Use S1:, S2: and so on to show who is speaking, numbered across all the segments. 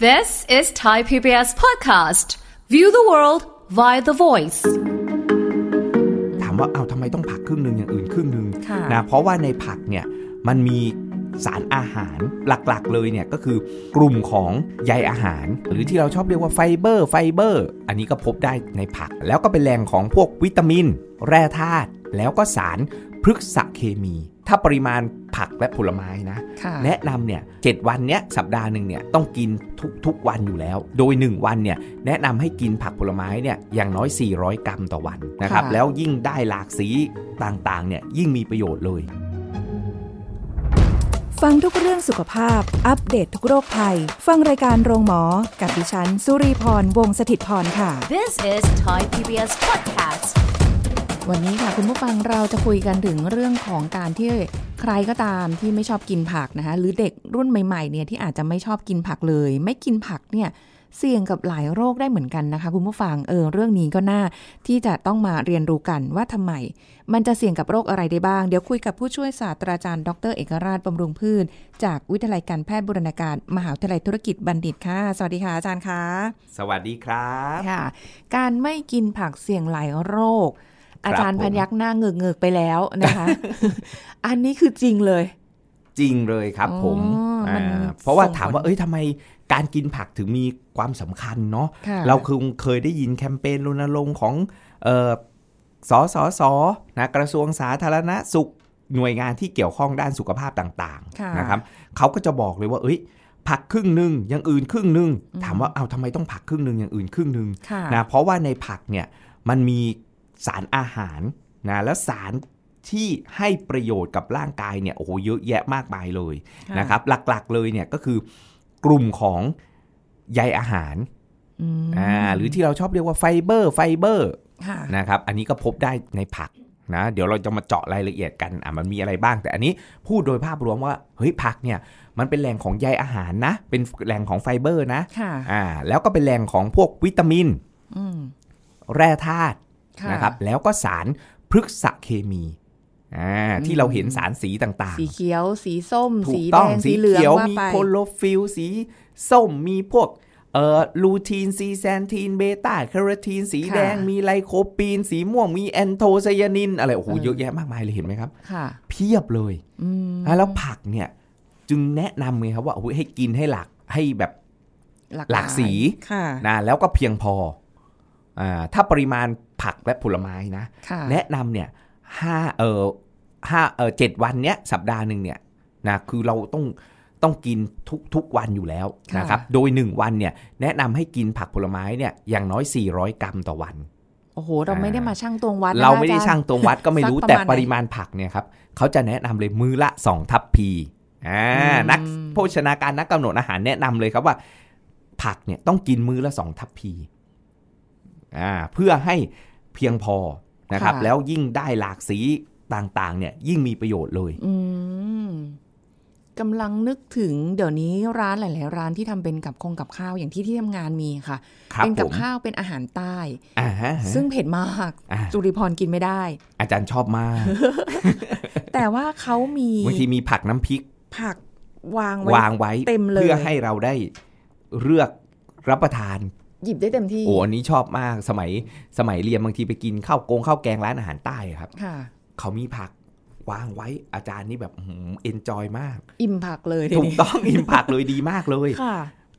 S1: This is Thai PBS podcast. View the world via the voice.
S2: ถามว่าเอาทำไมต้องผักครึ่งหนึ่งอย่างอื่นครึ่งหนึ่ง
S3: ค่ะ
S2: นะเพราะว่าในผักเนี่ยมันมีสารอาหารหลักๆเลยเนี่ยก็คือกลุ่มของใยอาหาร หรือที่เราชอบเรียกว่าไฟเบอร์ไฟเบอร์ อันนี้ก็พบได้ในผัก แล้วก็เป็นแหล่งของพวกวิตามิน แร่ธาตุแล้วก็สารพฤกษเคมี ถ้าปริมาณผักและผลไม้นะ
S3: ค่ะ
S2: แนะนำเนี่ยเวันเนี้ยสัปดาห์หนึ่งเนี่ยต้องกินทุกทุกวันอยู่แล้ว โดย 1 วันเนี่ยแนะนำให้กินผักผลไม้เนี่ยอย่างน้อย 400 กรัมต่อวันนะครับ
S3: ค่ะ
S2: แล้วยิ่งได้หลากสีต่างๆเนี่ยยิ่งมีประโยชน์เลย
S4: ฟังทุกเรื่องสุขภาพ อัปเดตททุกโรคภัย ฟังรายการโรงหมอ กับดิฉัน สุรีพร วงศิตพรค่ะ
S1: This is Thai PBS podcast.
S3: วันนี้ค่ะ คุณผู้ฟังเราจะคุยกันถึงเรื่องของการที่ใครก็ตามที่ไม่ชอบกินผักนะคะหรือเด็กรุ่นใหม่ๆเนี่ยที่อาจจะไม่ชอบกินผักเลย ไม่กินผักเนี่ยเสี่ยงกับหลายโรคได้เหมือนกันนะคะ คุณผู้ฟังเออเรื่องนี้ก็น่าที่จะต้องมาเรียนรู้กันว่าทำไม มันจะเสี่ยงกับโรคอะไรได้บ้าง เดี๋ยวคุยกับผู้ช่วยศาสตราจารย์ดรเอกราชบำรุงพืช จากวิทยาลัยการแพทย์บูรณาการ มหาวิทยาลัยธุรกิจบัณฑิตค่ะ สวัสดีค่ะอาจารย์ค่ะ
S2: สวัสดีครับ
S3: ค่ะการไม่กินผักเสี่ยงหลายโรค
S2: ครับ
S3: อาจาร
S2: ผ
S3: ย์
S2: ม
S3: พยักหน้าเงือกเงือกๆไปแล้วนะคะ อันนี้คือจริงเลย
S2: จริงเลยครับผม
S3: อ๋ออ่
S2: า
S3: มัน
S2: เพราะว่า
S3: ส่งผล
S2: ถามว่าเอ้ยทำไมการกินผักถึงมีความสำคัญเนาะ
S3: ค่ะ
S2: เราคงเคยได้ยินแคมเปญรณรงค์ของเออสอสอสนะกระทรวงสาธารณสุขหน่วยงานที่เกี่ยวข้องด้านสุขภาพต่าง
S3: ค่ะ
S2: ๆนะครับเขาก็จะบอกเลยว่าเอ้ยผักครึ่งหนึ่งอย่างอื่นครึ่งหนึ่งถามว่าเอาทำไมต้องผักครึ่งหนึ่งอย่างอื่นครึ่งหนึ่ง
S3: ค่ะ
S2: นะเพราะว่าในผักเนี่ยมันมีสารอาหารนะแล้วสารที่ให้ประโยชน์กับร่างกายเนี่ยโอ้โหเยอะแยะมากมายเลย
S3: ค่ะ
S2: นะครับหลักๆเลยเนี่ยก็คือกลุ่มของใยอาหาร
S3: อืม
S2: อ่าหรือที่เราชอบเรียกว่าไฟเบอร์ไฟเบอร์
S3: ค่ะ
S2: นะครับอันนี้ก็พบได้ในผักนะเดี๋ยวเราจะมาเจาะรายละเอียดกันอ่ะมันมีอะไรบ้าง แต่อันนี้พูดโดยภาพรวมว่าเฮ้ยผักเนี่ยมันเป็นแหล่งของใยอาหารนะเป็นแหล่งของไฟเบอร์นะ
S3: ค่ะ
S2: อ่าแล้วก็เป็นแหล่งของพวกวิตามิน
S3: อืม
S2: แร่ธาตุ
S3: ค่ะ
S2: นะครับแล้วก็สารพฤกษเคมีอ่าที่
S3: อืม
S2: เราเห็นสารสีต่าง
S3: สีเขียว สีส้ม
S2: ๆ ถู
S3: สี
S2: ก
S3: แด
S2: ต้อง
S3: ง
S2: สี
S3: สีเหลือง
S2: เขียว
S3: ว่า
S2: มี
S3: ไป
S2: โคโลฟิลสี ส้มมีพวกเอ่อลูทีนซีแซนทีนเบต้าแคโรทีนสี
S3: ค่ะ
S2: แดง มีไลโคปีน สีม่วงมีแอนโทไซยานิน อะไรโอ้โห
S3: เออ
S2: เยอะแยะมากมายเลยเห็นไหมครับ
S3: ค่ะ
S2: เพียบเลย
S3: อืม
S2: อ่ะแล้วผักเนี่ยจึงแนะนำไงครับว่าโอ้โหให้กินให้หลักให้แบบ หลากสี
S3: ค่ะ
S2: นะแล้วก็เพียงพออ่าถ้าปริมาณผักและผลไม้นะ
S3: ค่ะ
S2: แนะนำเนี่ยห้าเออห้าเออเจ็ดวันเนี้ยสัปดาห์หนึ่งเนี่ยนะคือเราต้องต้องกินทุกทุกวันอยู่แล้ว
S3: ค่ะ
S2: นะครับโดย 1 วันเนี่ยแนะนำให้กินผักผลไม้เนี่ยอย่างน้อย 400 กรัมต่อวัน
S3: โอ้โห เราไม่ได้มาชั่งตวงวัดนะคะ
S2: เราไม่ได้
S3: อจย์
S2: ช่างตรงวัดก็ไม่รู้
S3: สักประมาณ
S2: แต่ปริมาณผักเนี่ยครับเขาจะแนะนำเลยมื้อละ 2 ทัพพีอ่า
S3: อืม
S2: นักโภชนาการนักกำหนดอาหารแนะนำเลยครับว่า ผักเนี่ยต้องกินมื้อละ 2 ทัพพีอ่าเพื่อให้เพียงพอนะครับแล้วยิ่งได้หลากสีต่างๆเนี่ยยิ่งมีประโยชน์เลย
S3: อืมกำลังนึกถึงเดี๋ยวนี้ร้านหลาย ๆ ร้านที่ทำเป็นกับคงกับข้าวอย่างที่ที่ทำงานมีค่ะ
S2: ครับ
S3: เป็นกั
S2: ผ
S3: บ
S2: ม
S3: ข้าวเป็นอาหารใต้
S2: อ่าฮะ
S3: ซึ่งเผ็ดมาก
S2: อ่า
S3: จุริพรกินไม่ได้
S2: อาจารย์ชอบ มาก
S3: แต่ว่าเขามี
S2: บางทีมีผักน้ำพริก
S3: ผักวางไว้
S2: วางไว้
S3: เต็มเลย
S2: อให้เราได้เลือกรับประทาน
S3: หยิบได้เต็มที่
S2: โอ้อันนี้ชอบมากสมัยสมัยเรียนบางทีไปกินข้าวโกงข้าวแกงร้านอาหารใต้อะครับ
S3: ค่ะ
S2: เขามีผักวางไว้อาจารย์นี่แบบเอนจอยมาก
S3: อิ่มผักเลย
S2: ถูก
S3: ทีนี้
S2: ต้อง อิ่มผักเลยดีมากเลย
S3: ค่ะ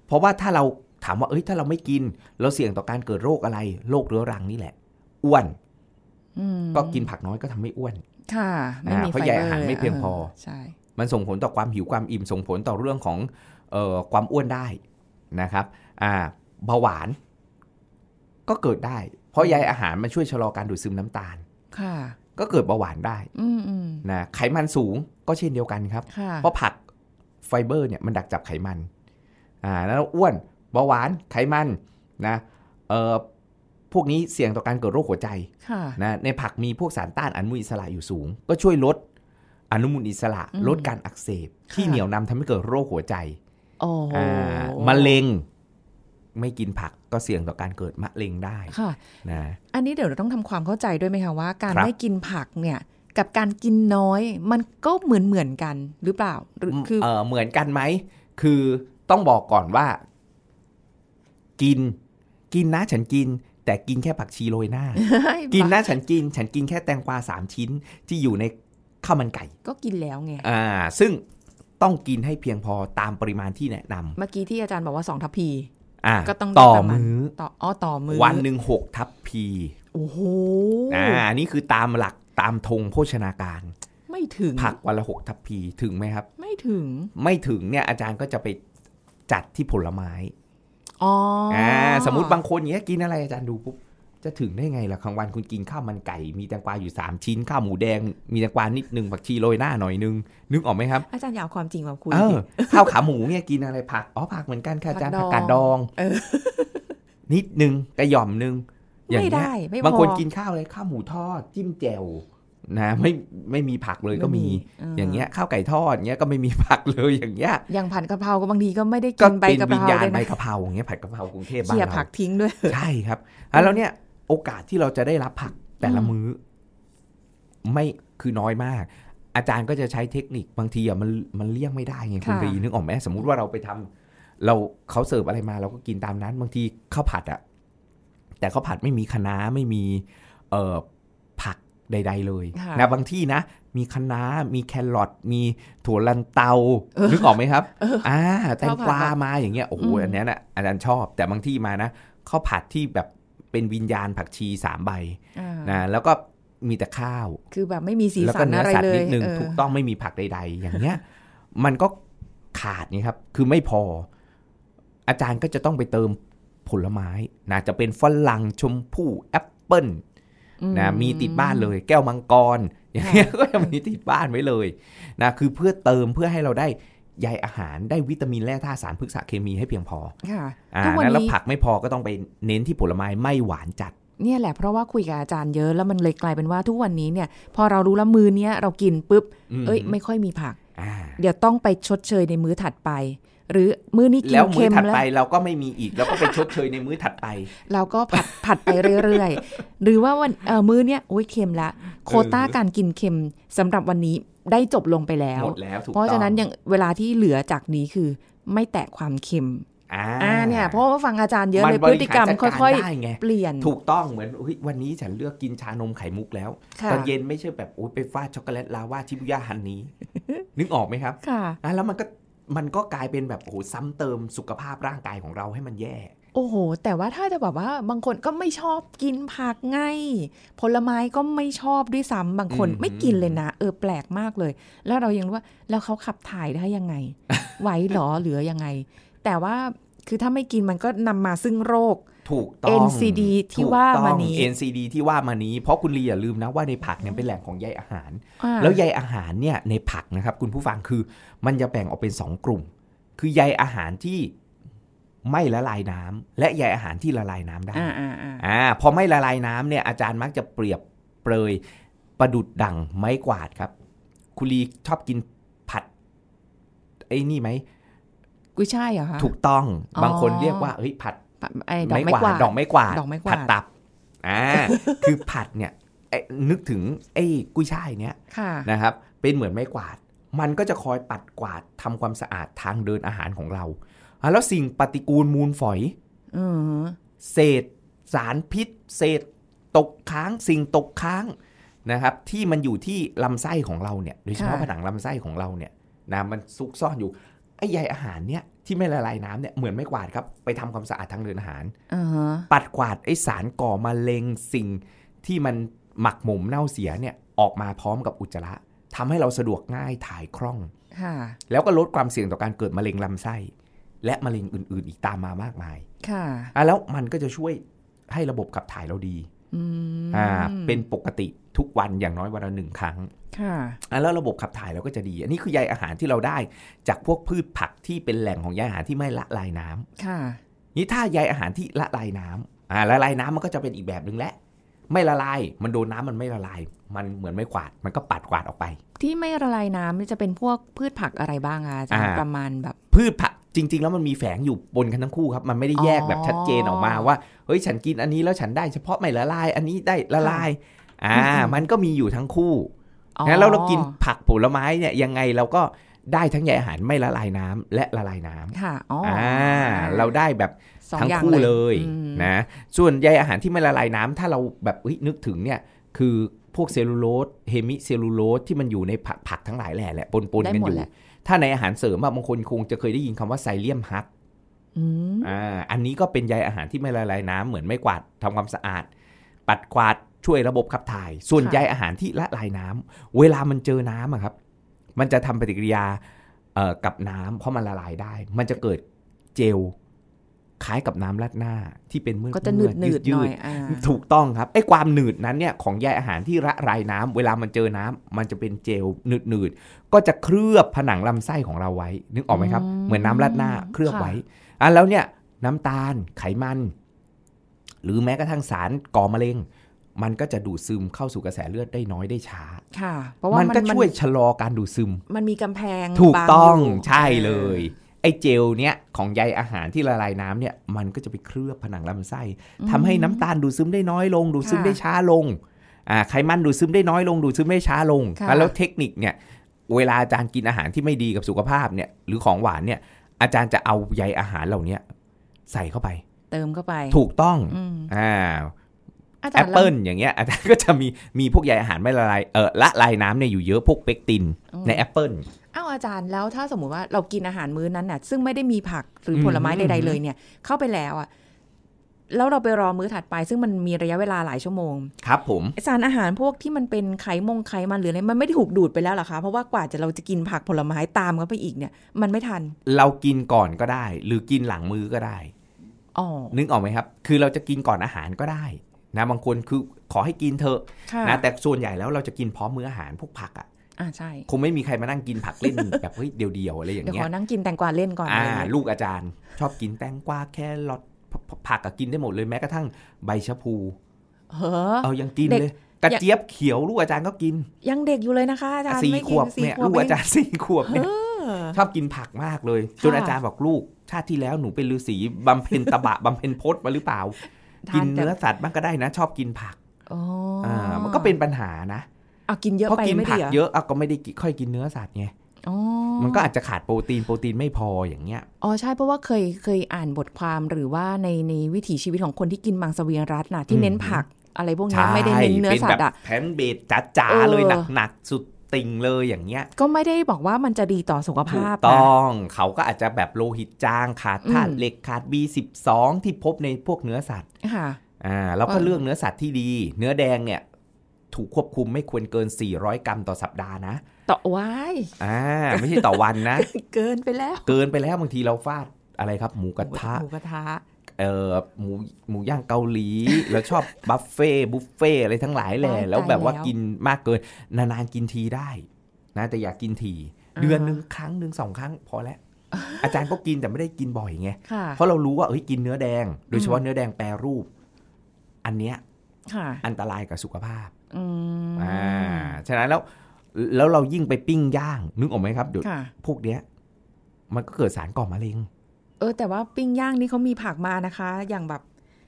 S2: เพราะว่าถ้าเราถามว่าเอ้ยถ้าเราไม่กิน เราเสี่ยงต่อการเกิดโรคอะไรโรคเรื้อรังนี่แหละ อ้วน
S3: อืม
S2: ก็กินผักน้อยก็ทำให้อ้วน
S3: ค่ะ ไม่มี
S2: อ่าเพ
S3: ไฟ
S2: ราะ
S3: เบ
S2: ใย
S3: อร์
S2: อาหารไม่เพียงพอ
S3: ใช่
S2: มันส่งผลต่อความหิวความอิ่มส่งผลต่อเรื่องของเออความอ้วนได้นะครับอ่าเบาหวาน ก็เกิดได้ เพราะใยอาหารมันช่วยชะลอการดูดซึมน้ำตาล
S3: ค่ะ
S2: ก็เกิดเบาหวานได้
S3: อืมอืม
S2: นะไขมันสูงก็เช่นเดียวกันครับ
S3: ค่ะ
S2: เพราะผักไฟเบอร์เนี่ยมันดักจับไขมันอ่าแล้วอ้วนเบาหวานไขมันนะเอ่อพวกนี้เสี่ยงต่อการเกิดโรคหัวใจ
S3: ค่ะ
S2: นะในผักมีพวกสารต้านอนุมูลอิสระอยู่สูง ก็ช่วยลดอนุมูลอิสระ
S3: อืม
S2: ลดการอักเสบ ที่
S3: ค่ะ
S2: เหนียวนำทำให้เกิดโรคหัวใจ
S3: โอ้โห
S2: อ่ามะเร็ง ไม่กินผักก็เสี่ยงต่อการเกิดมะเร็งได้
S3: ค่ะ
S2: นะ
S3: อันนี้เดี๋ยวเราต้องทำความเข้าใจด้วยไหมคะว่า การ
S2: ครับ
S3: ไม่กินผักเนี่ย กับการกินน้อย มันก็เหมือนเหมือนๆกันหรือเปล่าหรือคือ
S2: เออเหมือนกันไหม คือต้องบอกก่อนว่า กิน กินนะฉันกิน แต่กินแค่ผักชีโรยหน้า
S3: เฮ้ย
S2: กิน
S3: บ้า
S2: นะฉันกิน ฉันกินแค่แตงกวาสามชิ้นที่อยู่ในข้าวมันไก่
S3: ก็กินแล้วไง
S2: อ่า ซึ่งต้องกินให้เพียงพอตามปริมาณที่แนะน
S3: เมื่อกี้ที่อาจารย์บอกว่าสองทัพพี
S2: ำอ่า
S3: ก็ต้อง
S2: ต่อ
S3: ประาณ
S2: มื้อ
S3: ต่ออ้อต่อมือ
S2: วันหนึ่งหกทัพพี
S3: โอ้โห
S2: อ่าอันนี่คือตามหลักตามธงโภชนาการ
S3: ไม่ถึง
S2: ผักวันละหกทัพพีถึงไหมครับ
S3: ไม่ถึง
S2: ไม่ถึงเนี่ยอาจารย์ก็จะไปจัดที่ผลไม้
S3: อ๋ออ
S2: อ่าสมมติบางคนเนี้ยกินอะไรอาจารย์ดูปุ๊บจะถึงได้ไงล่ะกลางวันคุณกินข้าวมันไก่มีแตงกวาอยู่สามชิ้น ข้าวหมูแดง มีแตงกวานิดนึงผักชีโรยหน้าหน่อยนึง นึกออกไหมครับ
S3: อาจารย์อยากเอาความจริงมาคุย
S2: เออ
S3: สิ
S2: ข้าวขาหมูเนี่ยกินอะไรผักอ๋อผักเหมือนกันค่ะอาจารย์
S3: ผั
S2: ผั
S3: ก
S2: ก
S3: ดอง
S2: กาดดอง
S3: เออ
S2: นิดนึงกระหย่อมนึงอย่าง
S3: ไม่ได้
S2: เงี้
S3: ไม่พอบ
S2: ยางคนกินข้าวเลยข้าวหมูทอด จิ้มแจ่วนะไม่ไม่มีผักเลยก็มี
S3: ไม่มีเอออ
S2: อย่างเงี้ยข้าวไก่ทอดเงี้ยก็ไม่มีผักเลยอย่างเงี้ย
S3: อย่างผัดกะเพราก็บางทีก็ไม่ได้
S2: ก็
S3: กินใบ
S2: เป็น
S3: กะเพ
S2: วิญ
S3: รา
S2: ญาณ
S3: เลย
S2: ใบ
S3: นะ
S2: กะเพราอย่างเงี้ยผัดกะเพรากรุงเทพ
S3: เค
S2: บ้าน
S3: ลียร์ผั
S2: เรา
S3: กทิ้งด้วย
S2: ใช่ครับอ่ะแล้วเนี่ยโอกาสที่เราจะได้รับผักแต่ละ
S3: อืม
S2: มื้อ ไม่คือน้อยมาก อาจารย์ก็จะใช้เทคนิคบางทีอ่ะมันมันเลี่ยงไม่ได้ไงคุณ
S3: ค่ะ
S2: รีนึกออกไหมสมมุติว่าเราไปทำเราเขาเสิร์ฟอะไรมาเราก็กินตามนั้น บางทีข้าวผัดอ่ะแต่ข้าวผัดไม่มีคะน้าไม่มีเอ่อผักใด ๆ เลย
S3: ค่ะ
S2: นะบางที่นะ มีคะน้ามีแครอทมีถั่วลันเตานึกออกไหมครับอ่าแตงกวา
S3: ข้าวผัดแบบ
S2: มาอย่างเงี้ยโอ้โห
S3: อืม
S2: อันเนี้ยนะอาจารย์ชอบ แต่บางที่มานะข้าวผัดที่แบบเป็นวิญญาณผักชีสามใบ
S3: อ่า
S2: นะแล้วก็มีแต่ข้าว
S3: คือแบบไม่มีสี
S2: แล้ว
S3: สั
S2: ก็
S3: น
S2: เนื้อ
S3: อะไร
S2: สัต
S3: เล
S2: ว์นิ
S3: ย
S2: ดนึง
S3: เออ
S2: ถูกต้องไม่มีผักใด ๆ อย่างเนี้ย มันก็ขาดนี่ครับ คือไม่พอ อาจารย์ก็จะต้องไปเติมผลไม้นะจะเป็นฝรั่งชมพู่แอปเปิ้ลนะมีติดบ้านเลย แก้วมังกรอย่างเงี้ย ก็จะมีติดบ้านไว้เลยนะคือเพื่อเติมเพื่อให้เราได้ใยอาหารได้วิตามินแร่ธาตุสารพฤกษเคมีให้เพียงพอ
S3: ค่ะ
S2: อ่า
S3: ทุกวัน
S2: นะแล้ว
S3: นี้
S2: ผักไม่พอก็ต้องไปเน้นที่ผลไม้ไม่หวานจัด
S3: เนี่ยแหละเพราะว่าคุยกับอาจารย์เยอะแล้วมันเลยกลายเป็นว่าทุกวันนี้เนี่ย พอเรารู้ละมือเนี้ยเรากินปุ๊บ
S2: อืม
S3: เอ้ย ไม่ค่อยมีผัก
S2: อ่า
S3: เดี๋ยวต้องไปชดเชยในมื้อถัดไป หรือมื้อนี้กิ
S2: แล้
S3: น
S2: วมื้
S3: เค็
S2: อ
S3: ม
S2: ถัด
S3: แล้ว
S2: ไปเราก็ไม่มีอีกเราก็ไปชดเชยในมื้อถัดไป
S3: เราก็ผัด ผัดไปเรื่อยๆ หรือว่าวันเอ่อมื้อเนี้ยโอ้ยเค็มละโควต้าการกินเค็มสำหรับวันนี้ได้จบลงไปแล้ว
S2: หมดแล้วถูก
S3: เพราะ
S2: ต้อง
S3: ฉะนั้นอย่างเวลาที่เหลือจากนี้คือไม่แตะความเค็ม
S2: อ่า
S3: อ่าเนี่ยเพราะว่าฟังอาจารย์เยอะเลย
S2: นบ
S3: พฤ
S2: หา
S3: ติกรรม
S2: จัดา
S3: ค่อย
S2: ได้ไง
S3: ๆ เปลี่ยน
S2: ถูกต้องเหมือนเฮ้ยวันนี้ฉันเลือกกินชานมไข่มุกแล้ว
S3: ค่ะ
S2: ตอนเย็นไม่ใช่แบบโอ๊ยไปฟาดช็อกโกแลตลาวาชิบุย่าฮัน นี้ นึกออกไหมครับ
S3: ค่ะ
S2: อ่ะแล้วมันก็มันก็กลายเป็นแบบโอ้โหซ้ำเติมสุขภาพร่างกายของเราให้มันแย่
S3: โอ้โห แต่ว่าถ้าจะแบบว่าบางคนก็ไม่ชอบกินผักไงผลไม้ก็ไม่ชอบด้วยซ้ำบางคน
S2: อืม
S3: ไม่กินเลยนะ เออแปลกมากเลย แล้วเรายังรู้ว่าแล้วเขาขับถ่ายได้ยังไง ไหวเหรอหรือยังไง แต่ว่าคือถ้าไม่กินมันก็นำมาซึ่งโรค
S2: ถูกต้อง
S3: NCD ที่ว่ามา
S2: ถู
S3: นี้
S2: กต้อง NCD ที่ว่ามานี้ เพราะคุณลีอย่าลืมนะว่าในผักเนี่ยเป็นแหล่งของใยอาหาร
S3: อ่า
S2: แล้วใยอาหารเนี่ยในผักนะครับ คุณผู้ฟังคือมันจะแบ่งออกเป็น 2 กลุ่ม คือใยอาหารที่ไม่ละลายน้ำและใยอาหารที่ละลายน้ำได้
S3: อ่าอ่าอ่า
S2: อ่าพอไม่ละลายน้ำเนี่ยอาจารย์มักจะเปรียบเปรยประดุดดั่งไม้กวาดครับ คุณลีชอบกินผัดไอ้นี่ไหม
S3: กุ้ยช่ายเหรอคะ
S2: ถูกต้อง
S3: อ๋อ
S2: บางคนเรียกว่าเอ้ยผัด
S3: ไอ้ดอกไม้กวาด
S2: ดอกไม้กวาด
S3: ดอกไม้กวาด
S2: ผัดตับ อ่าคือผัดเนี่ยไอ้นึกถึงไอ้กุ้ยช่ายเนี่ย
S3: ค่ะ
S2: นะครับ เป็นเหมือนไม้กวาด มันก็จะคอยปัดกวาดทำความสะอาดทางเดินอาหารของเราอ่ะแล้วสิ่งปฏิกูลมูลฝอย
S3: อืม
S2: เศษ สารพิษ เศษ ตกค้าง สิ่งตกค้างนะครับ ที่มันอยู่ที่ลำไส้ของเราเนี่ย โดยเฉพาะผนังลำไส้ของเราเนี่ยนะมันซุกซ่อนอยู่ ไอ้ใยอาหารเนี่ยที่ไม่ละลายน้ำเนี่ยเหมือนไม้กวาดครับ ไปทำความสะอาดทางเดินอาหาร
S3: อ่าฮะ
S2: ปัดกวาดไอสารก่อมะเร็งสิ่งที่มันหมักหมมเน่าเสียเนี่ยออกมาพร้อมกับอุจจาระทำให้เราสะดวกง่ายถ่ายคล่อง
S3: ค่ะ
S2: แล้วก็ลดความเสี่ยงต่อการเกิดมะเร็งลำไส้ และมะเร็งอื่น ๆ อีกตามมามากมาย
S3: ค่ะ
S2: อ่ะแล้วมันก็จะช่วยให้ระบบขับถ่ายเราดี
S3: อืม
S2: อ่าเป็นปกติทุกวันอย่างน้อยวันละหนึ่งครั้ง
S3: ค่ะ
S2: อ่ะแล้วระบบขับถ่ายเราก็จะดี อันนี้คือใยอาหารที่เราได้จากพวกพืชผักที่เป็นแหล่งของใยอาหารที่ไม่ละลายน้ำ
S3: ค่ะ
S2: นี่ถ้าใยอาหารที่ละลายน้ำอ่าละลายน้ำมันก็จะเป็นอีกแบบหนึ่งแหละ ไม่ละลาย มันโดนน้ำมันไม่ละลาย มันเหมือนไม่กวาด มันก็ปัดกวาดออกไป
S3: ที่ไม่ละลายน้ำนี่จะเป็นพวกพืชผักอะไรบ้างอะอาจารย์
S2: อ่า
S3: ประมาณแบบ
S2: พืชผักจริง ๆ แล้วมันมีแฝงอยู่บนกันทั้งคู่ครับ มันไม่ได้แยก
S3: อ๋อ
S2: แบบชัดเจนออกมาว่า เฮ้ย ฉันกินอันนี้แล้วฉันได้เฉพาะไม่ละลาย อันนี้ได้ละลาย อ่า มันก็มีอยู่ทั้งคู่
S3: อ๋อ
S2: นะแล้วเรากินผักผลไม้เนี่ยยังไงเราก็ ได้ทั้งใยอาหารไม่ละลายน้ำและละลายน้ำ
S3: ค่ะอ๋ออ่
S2: าเราได้แบบ
S3: สอ
S2: ทั้ง
S3: อย่า
S2: คู่เลย
S3: อืม
S2: นะส่วนใยอาหารที่ไม่ละลายน้ำถ้าเราแบบเอ้ยนึกถึงเนี่ยคือพวกเซลลูโลสเฮมิเซลลูโลสที่มันอยู่ในผักผักทั้งหลายแหละแหละปนปน
S3: ได้
S2: กัน
S3: หม
S2: อ
S3: ด
S2: ยู่
S3: แหละ
S2: ถ้าในอาหารเสริมอะบางคนคงจะเคยได้ยินคำว่าไซเลียมฮัก
S3: อืม
S2: อ่าอันนี้ก็เป็นใยอาหารที่ไม่ละลายน้ำเหมือนไม่กวาดทำความสะอาด ปัดกวาดช่วยระบบขับถ่าย ส่วนใยอาหารที่ละลายน้ำเวลามันเจอน้ำอะครับ มันจะทำปฏิกิริยาเอ่อกับน้ำเพราะมันละลายได้ มันจะเกิดเจลคล้ายกับน้ำรัดหน้าที่เป็นเมื่อก
S3: ก็จะหนืดหนืดๆหน่อยอ่า
S2: ถูกต้องครับไอ้ความหนืดนั้นเนี่ยของใยอาหารที่ละลายน้ำเวลามันเจอน้ำมันจะเป็นเจลหนืดหนืดๆก็จะเคลือบผนังลำไส้ของเราไว้ นึกออกไหมครับ เหมือนน้ำรัดหน้าเคลือบไว้ อ่ะแล้วเนี่ยน้ำตาลไขมัน หรือแม้กระทั่งสารก่อมะเร็ง มันก็จะดูดซึมเข้าสู่กระแสเลือดได้น้อยได้ช้า
S3: ค่ะ เพราะว่า
S2: มั
S3: มัน น
S2: ก็ช่วยชะลอการดูดซึม
S3: มันมีกำแพง
S2: ถูก
S3: บั
S2: ต้อง
S3: ยู่
S2: ใช่เลย ไอ้เจลเนี้ยของใยอาหารที่ละลายน้ำเนี่ยมันก็จะไปเคลือบผนังลำไส้ทำให้น้ำตาลดูดซึมได้น้อยลง ดูดซึมได้ช้าลงอ่าไขมันดูดซึมได้น้อยลง ดูดซึมได้ช้าลง
S3: ค่ะ
S2: แล้วเทคนิคเนี่ยเวลาอาจารย์กินอาหารที่ไม่ดีกับสุขภาพเนี่ยหรือของหวานเนี่ยอาจารย์จะเอาใยอาหารเหล่าเนี้ยใส่เข้าไป
S3: เติมเข้าไป
S2: ถูกต้อง
S3: อืม
S2: อ่า
S3: อาจา
S2: แอ
S3: ร
S2: ป
S3: ย์
S2: เปิลอย่างเงี้ยอาจารย์ก็จะมีมีพวกใยอาหารไม่ละลายเออละลายน้ำเนี่ยอยู่เยอะพวกเปกติน
S3: อืม
S2: ในแอปเปิล
S3: อ้าวอาจารย์แล้วถ้าสมมุติว่าเรากินอาหารมื้อนั้นน่ะ ซึ่งไม่ได้มีผักหรืออ
S2: ม
S3: ผลไม้ใด
S2: อืม
S3: ๆเลยเนี่ย เข้าไปแล้วอ่ะแล้วเราไปรอมื้อถัดไป ซึ่งมันมีระยะเวลาหลายชั่วโมง
S2: ครับผม
S3: สารอาหารพวกที่มันเป็นไขมงไขมันหรืออะไรมันไม่ได้ถูกดูดไปแล้วเหรอคะ เพราะว่ากว่าจะเราจะกินผักผลไม้ตามกันไปอีกเนี่ย มันไม่ทัน
S2: เรากินก่อนก็ได้ หรือกินหลังมื้อก็ได้
S3: อ๋อ
S2: นึกออกไหมครับ คือเราจะกินก่อนอาหารก็ได้นะบางคนคือขอให้กินเถอะ
S3: ค่ะ
S2: นะแต่ส่วนใหญ่แล้วเราจะกินพร้อมมื้ออาหารพวกผักอ่ะ
S3: อ่าใช่
S2: คงไม่มีใครมานั่งกินผักเล่น แบบเฮ้ยเดียวๆอะไรอย่าง
S3: เดี๋ยว
S2: เงี้
S3: ข
S2: ย
S3: อนั่งกินแตงกวาเล่นก่อน
S2: อ่า
S3: อะไรอย่างเงี้ย
S2: ลูกอาจารย์ ชอบกินแตงกวาแครอทผักผักอะกินได้หมดเลยแม้กระทั่งใบชะพู
S3: เฮ้อ
S2: เอายังกิน
S3: เด็ก
S2: เลย กระเจี๊ยบเขียวลูกอาจารย์ก็กิน
S3: ยังเด็กอยู่เลยนะคะอาจารย์
S2: สี่
S3: ไม่
S2: ข
S3: กิ
S2: วน บ
S3: สี่
S2: เนี่ย
S3: ขวบ
S2: ลูกอาจารย์สี่ขวบ
S3: เอ
S2: เนี่ย
S3: อ
S2: ชอบกินผักมากเลย จน
S3: ค่ะ
S2: อาจารย์บอกลูก ชาติที่แล้วหนูเป็นฤาษีบำเพ็ญตบะ บำเพ็ญพจน์มาหรือเปล่า
S3: ทาน
S2: กินเนื้อสัตว์บ้างก็ได้นะ ชอบกินผัก
S3: อ๋ออ่
S2: ามันก็เป็นปัญหานะ
S3: เอากินเยอะ
S2: เพราะ
S3: ไป
S2: กิน
S3: ไม่
S2: ผัก
S3: ดีเหรอ
S2: เยอะเอาก็ไม่ได้กินค่อยกินเนื้อสัตว์ไง
S3: อ๋อ
S2: มันก็อาจจะขาดโปรตีนโปรตีนไม่พออย่างเงี้ย
S3: อ๋อใช่เพราะว่าเคยเคยอ่านบทความหรือว่าในในวิถีชีวิตของคนที่กินมังสวิรัตน่ะที่เน้น
S2: อืม
S3: ผักอะไรพวกนี้ไม่ได้เน้นเนื้อ
S2: ป็
S3: สั
S2: แบ
S3: ตว์อ่ะ
S2: บแพนเบดจ๋า
S3: เออ
S2: ๆเลยหนักๆสุดติ่งเลยอย่างเงี้ย
S3: ก็ไม่ได้บอกว่ามันจะดีต่อสุข
S2: ถู
S3: ภาก พนะ
S2: ต้องเขาก็อาจจะแบบโลหิตจางขาดธา
S3: อื
S2: ตุ
S3: ม
S2: เหล็กขาด B12 ที่พบในพวกเนื้อสัตว์
S3: ค่ะ
S2: อ่าแล้วก็
S3: เออ
S2: เลือกเนื้อสัตว์ที่ดี เนื้อแดงเนี่ย ถูกควบคุมไม่ควรเกิน 400 กรัมต่อสัปดาห์นะ
S3: ต่อว้าย
S2: อ่าไม่ใช่ต่อวันนะ
S3: เกินไปแล้ว
S2: เกินไปแล้วบางทีเราฟาดอะไรครับ หมูกระทะ
S3: หมูกระทะ
S2: เอ่อหมูหมูย่างเกาหลี เราชอบบัฟเฟ่บุฟเฟ่อะไรทั้งหลายแหละแล้วแบบว่ากินมากเกิน นานๆกินทีได้นะแต่อย่ากกินทีเดือนหนึ่งครั้งหนึ่งสองครั้งพอแล้ว อาจารย์ก็กินแต่ไม่ได้กินบ่อยไง
S3: ค่ะ
S2: เพราะเรารู้ว่าเอ้ยกินเนื้อแดง โดยเฉพาะเนื้อแดงแปรรูป อันเนี้ย
S3: ค่ะ
S2: อันตรายกับสุขภาพ
S3: อืม
S2: อ่า ฉะนั้นแล้วแล้วเรายิ่งไปปิ้งย่าง นึกออกไหมครับเดี๋ยว
S3: ค่ะ
S2: พวกเนี้ย มันก็เกิดสารก่อมะเร็ง
S3: เออ แต่ว่าปิ้งย่างนี่เขามีผักมานะคะ อย่างแบบ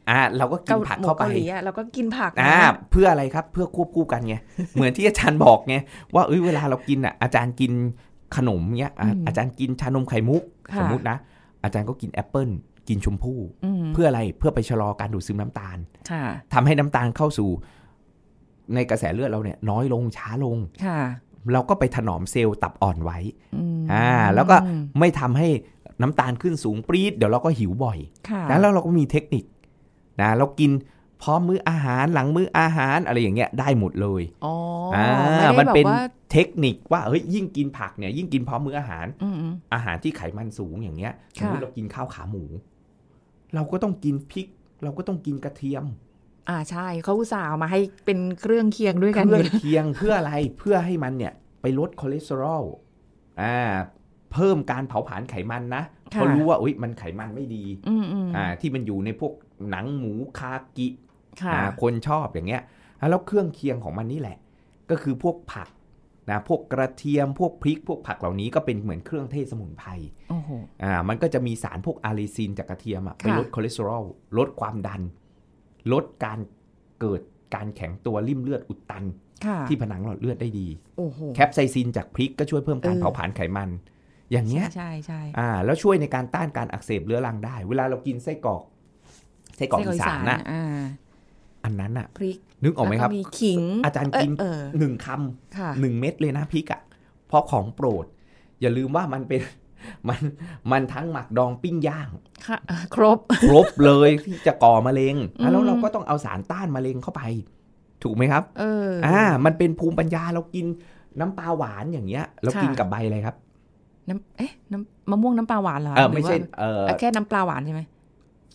S2: อ่า เราก็กิน
S3: หลี
S2: ผักเข้าไป
S3: หมูหลีอ่ะเราก็กินผักนะ
S2: อ่า เพื่ออะไรครับ เพื่อควบคู่กันไง เหมือนที่อาจารย์บอกไงว่าเอ้ยเวลาเรากินอ่ะ อาจารย์กินขนมเนี้ยอ่ะอาจารย์กินชานมไข่มุก
S3: ค่ะ
S2: สมมตินะ อาจารย์ก็กินแอปเปิลกินชมพู่
S3: อืม
S2: เพื่ออะไรเพื่อไปชะลอการดูดซึมน้ำตาล
S3: ค่ะ
S2: ทำให้น้ำตาลเข้าสู่ ในกระแสเลือดเราเนี่ย น้อยลงช้าลง
S3: ค่ะ
S2: เราก็ไปถนอมเซลล์ตับอ่อนไว้
S3: ม
S2: อ่าแล้วก็ไม่ทำให้น้ำตาลขึ้นสูงปรี๊ดเดี๋ยวเราก็หิวบ่อย
S3: ค่ะ
S2: นะแล้วเราก็มีเทคนิคนะเรากินพร้อมมื้ออาหารหลังมื้ออาหารอะไรอย่างเงี้ยได้หมดเลย
S3: อ๋ออา ไม่
S2: มัน
S3: ได้
S2: เป็น
S3: แบบว่า
S2: เทคนิคว่าเฮ้ยยิ่งกินผักเนี่ยยิ่งกินพร้อมมื้ออาหาร
S3: อืมอืม
S2: อาหารที่ไขมันสูงอย่างเงี้ยส
S3: ค่ะ
S2: มมติเรากินข้าวขาหมู เราก็ต้องกินพริก เราก็ต้องกินกระเทียม
S3: อ่าใช่เขาอุตส่าห์เอามาให้เป็นเครื่องเคียงด้วยกัน
S2: เครื่อง
S3: ยู่
S2: เคียงเพื่ออะไรเพื่อให้มันเนี่ยไปลดคอเลสเตอรอลอ่าเพิ่มการเผาผลาญไขมันนะเพราะรู้ว่าอุ้ยมันไขมันไม่ดี
S3: อืมอืม
S2: อ่าที่มันอยู่ในพวกหนังหมูคากิ
S3: ค่ะ
S2: อ่าคนชอบอย่างเงี้ยอ่ะแล้วเครื่องเคียงของมันนี่แหละ ก็คือพวกผักนะพวกกระเทียมพวกพริก พวกผักเหล่านี้ก็เป็นเหมือนเครื่องเทศสมุนไพร
S3: โอ้โห
S2: อ่ามันก็จะมีสารพวกอาลิซินจากกระเทียมอะไป
S3: ค่ะ
S2: ลดคอเลสเตอรอลลดความดัน ลดการเกิดการแข็งตัวริ่มเลือดอุดตัน
S3: ค่ะ
S2: ที่ผนังหลอดเลือดได้ดี
S3: โอ้โห
S2: แคปไซซินจากพริกก็ช่วยเพิ่มการเผาผลาญไขมัน อย่างเงี้ย
S3: ใช่ใช่ใช่
S2: อ่าแล้วช่วยในการต้านการอักเสบเรื้อรังได้ เวลาเรากินไส้กรอกไส้กรอกอีสานนะ
S3: อ่า
S2: อันนั้นอ่ะ
S3: พริก
S2: นึกออกไหมครับ
S3: แล้วมีขิง
S2: อาจารย์กิน
S3: เออเออ
S2: หนึ่งค
S3: ค่ะ
S2: ำหนึ่งเม็ดเลยนะพริกอ่ะเพราะของโปรด อย่าลืมว่ามัน เป็น มันมันทั้งหมักดองปิ้งย่าง
S3: ค่ะอ่ะครบ
S2: ครบ เลยที่จะก่อมะเร็งอ่ะแล้ว
S3: อืม
S2: เราก็ต้องเอาสารต้านมะเร็งเข้าไป ถูกไหมครับ
S3: เอออ
S2: อ่ามันเป็นภูมิปัญญาเรากินน้ำปลาหวานอย่างเงี้ย เรา
S3: ค่ะ
S2: กินกับใบอะไรครับ
S3: น้ำเอ๊ะน้ำมะม่วงน้ำปลาหวานเหรอ
S2: เออไม่ใช่
S3: หรื
S2: เออ
S3: ว่าแค่น้ำปลาหวานใช่ไหม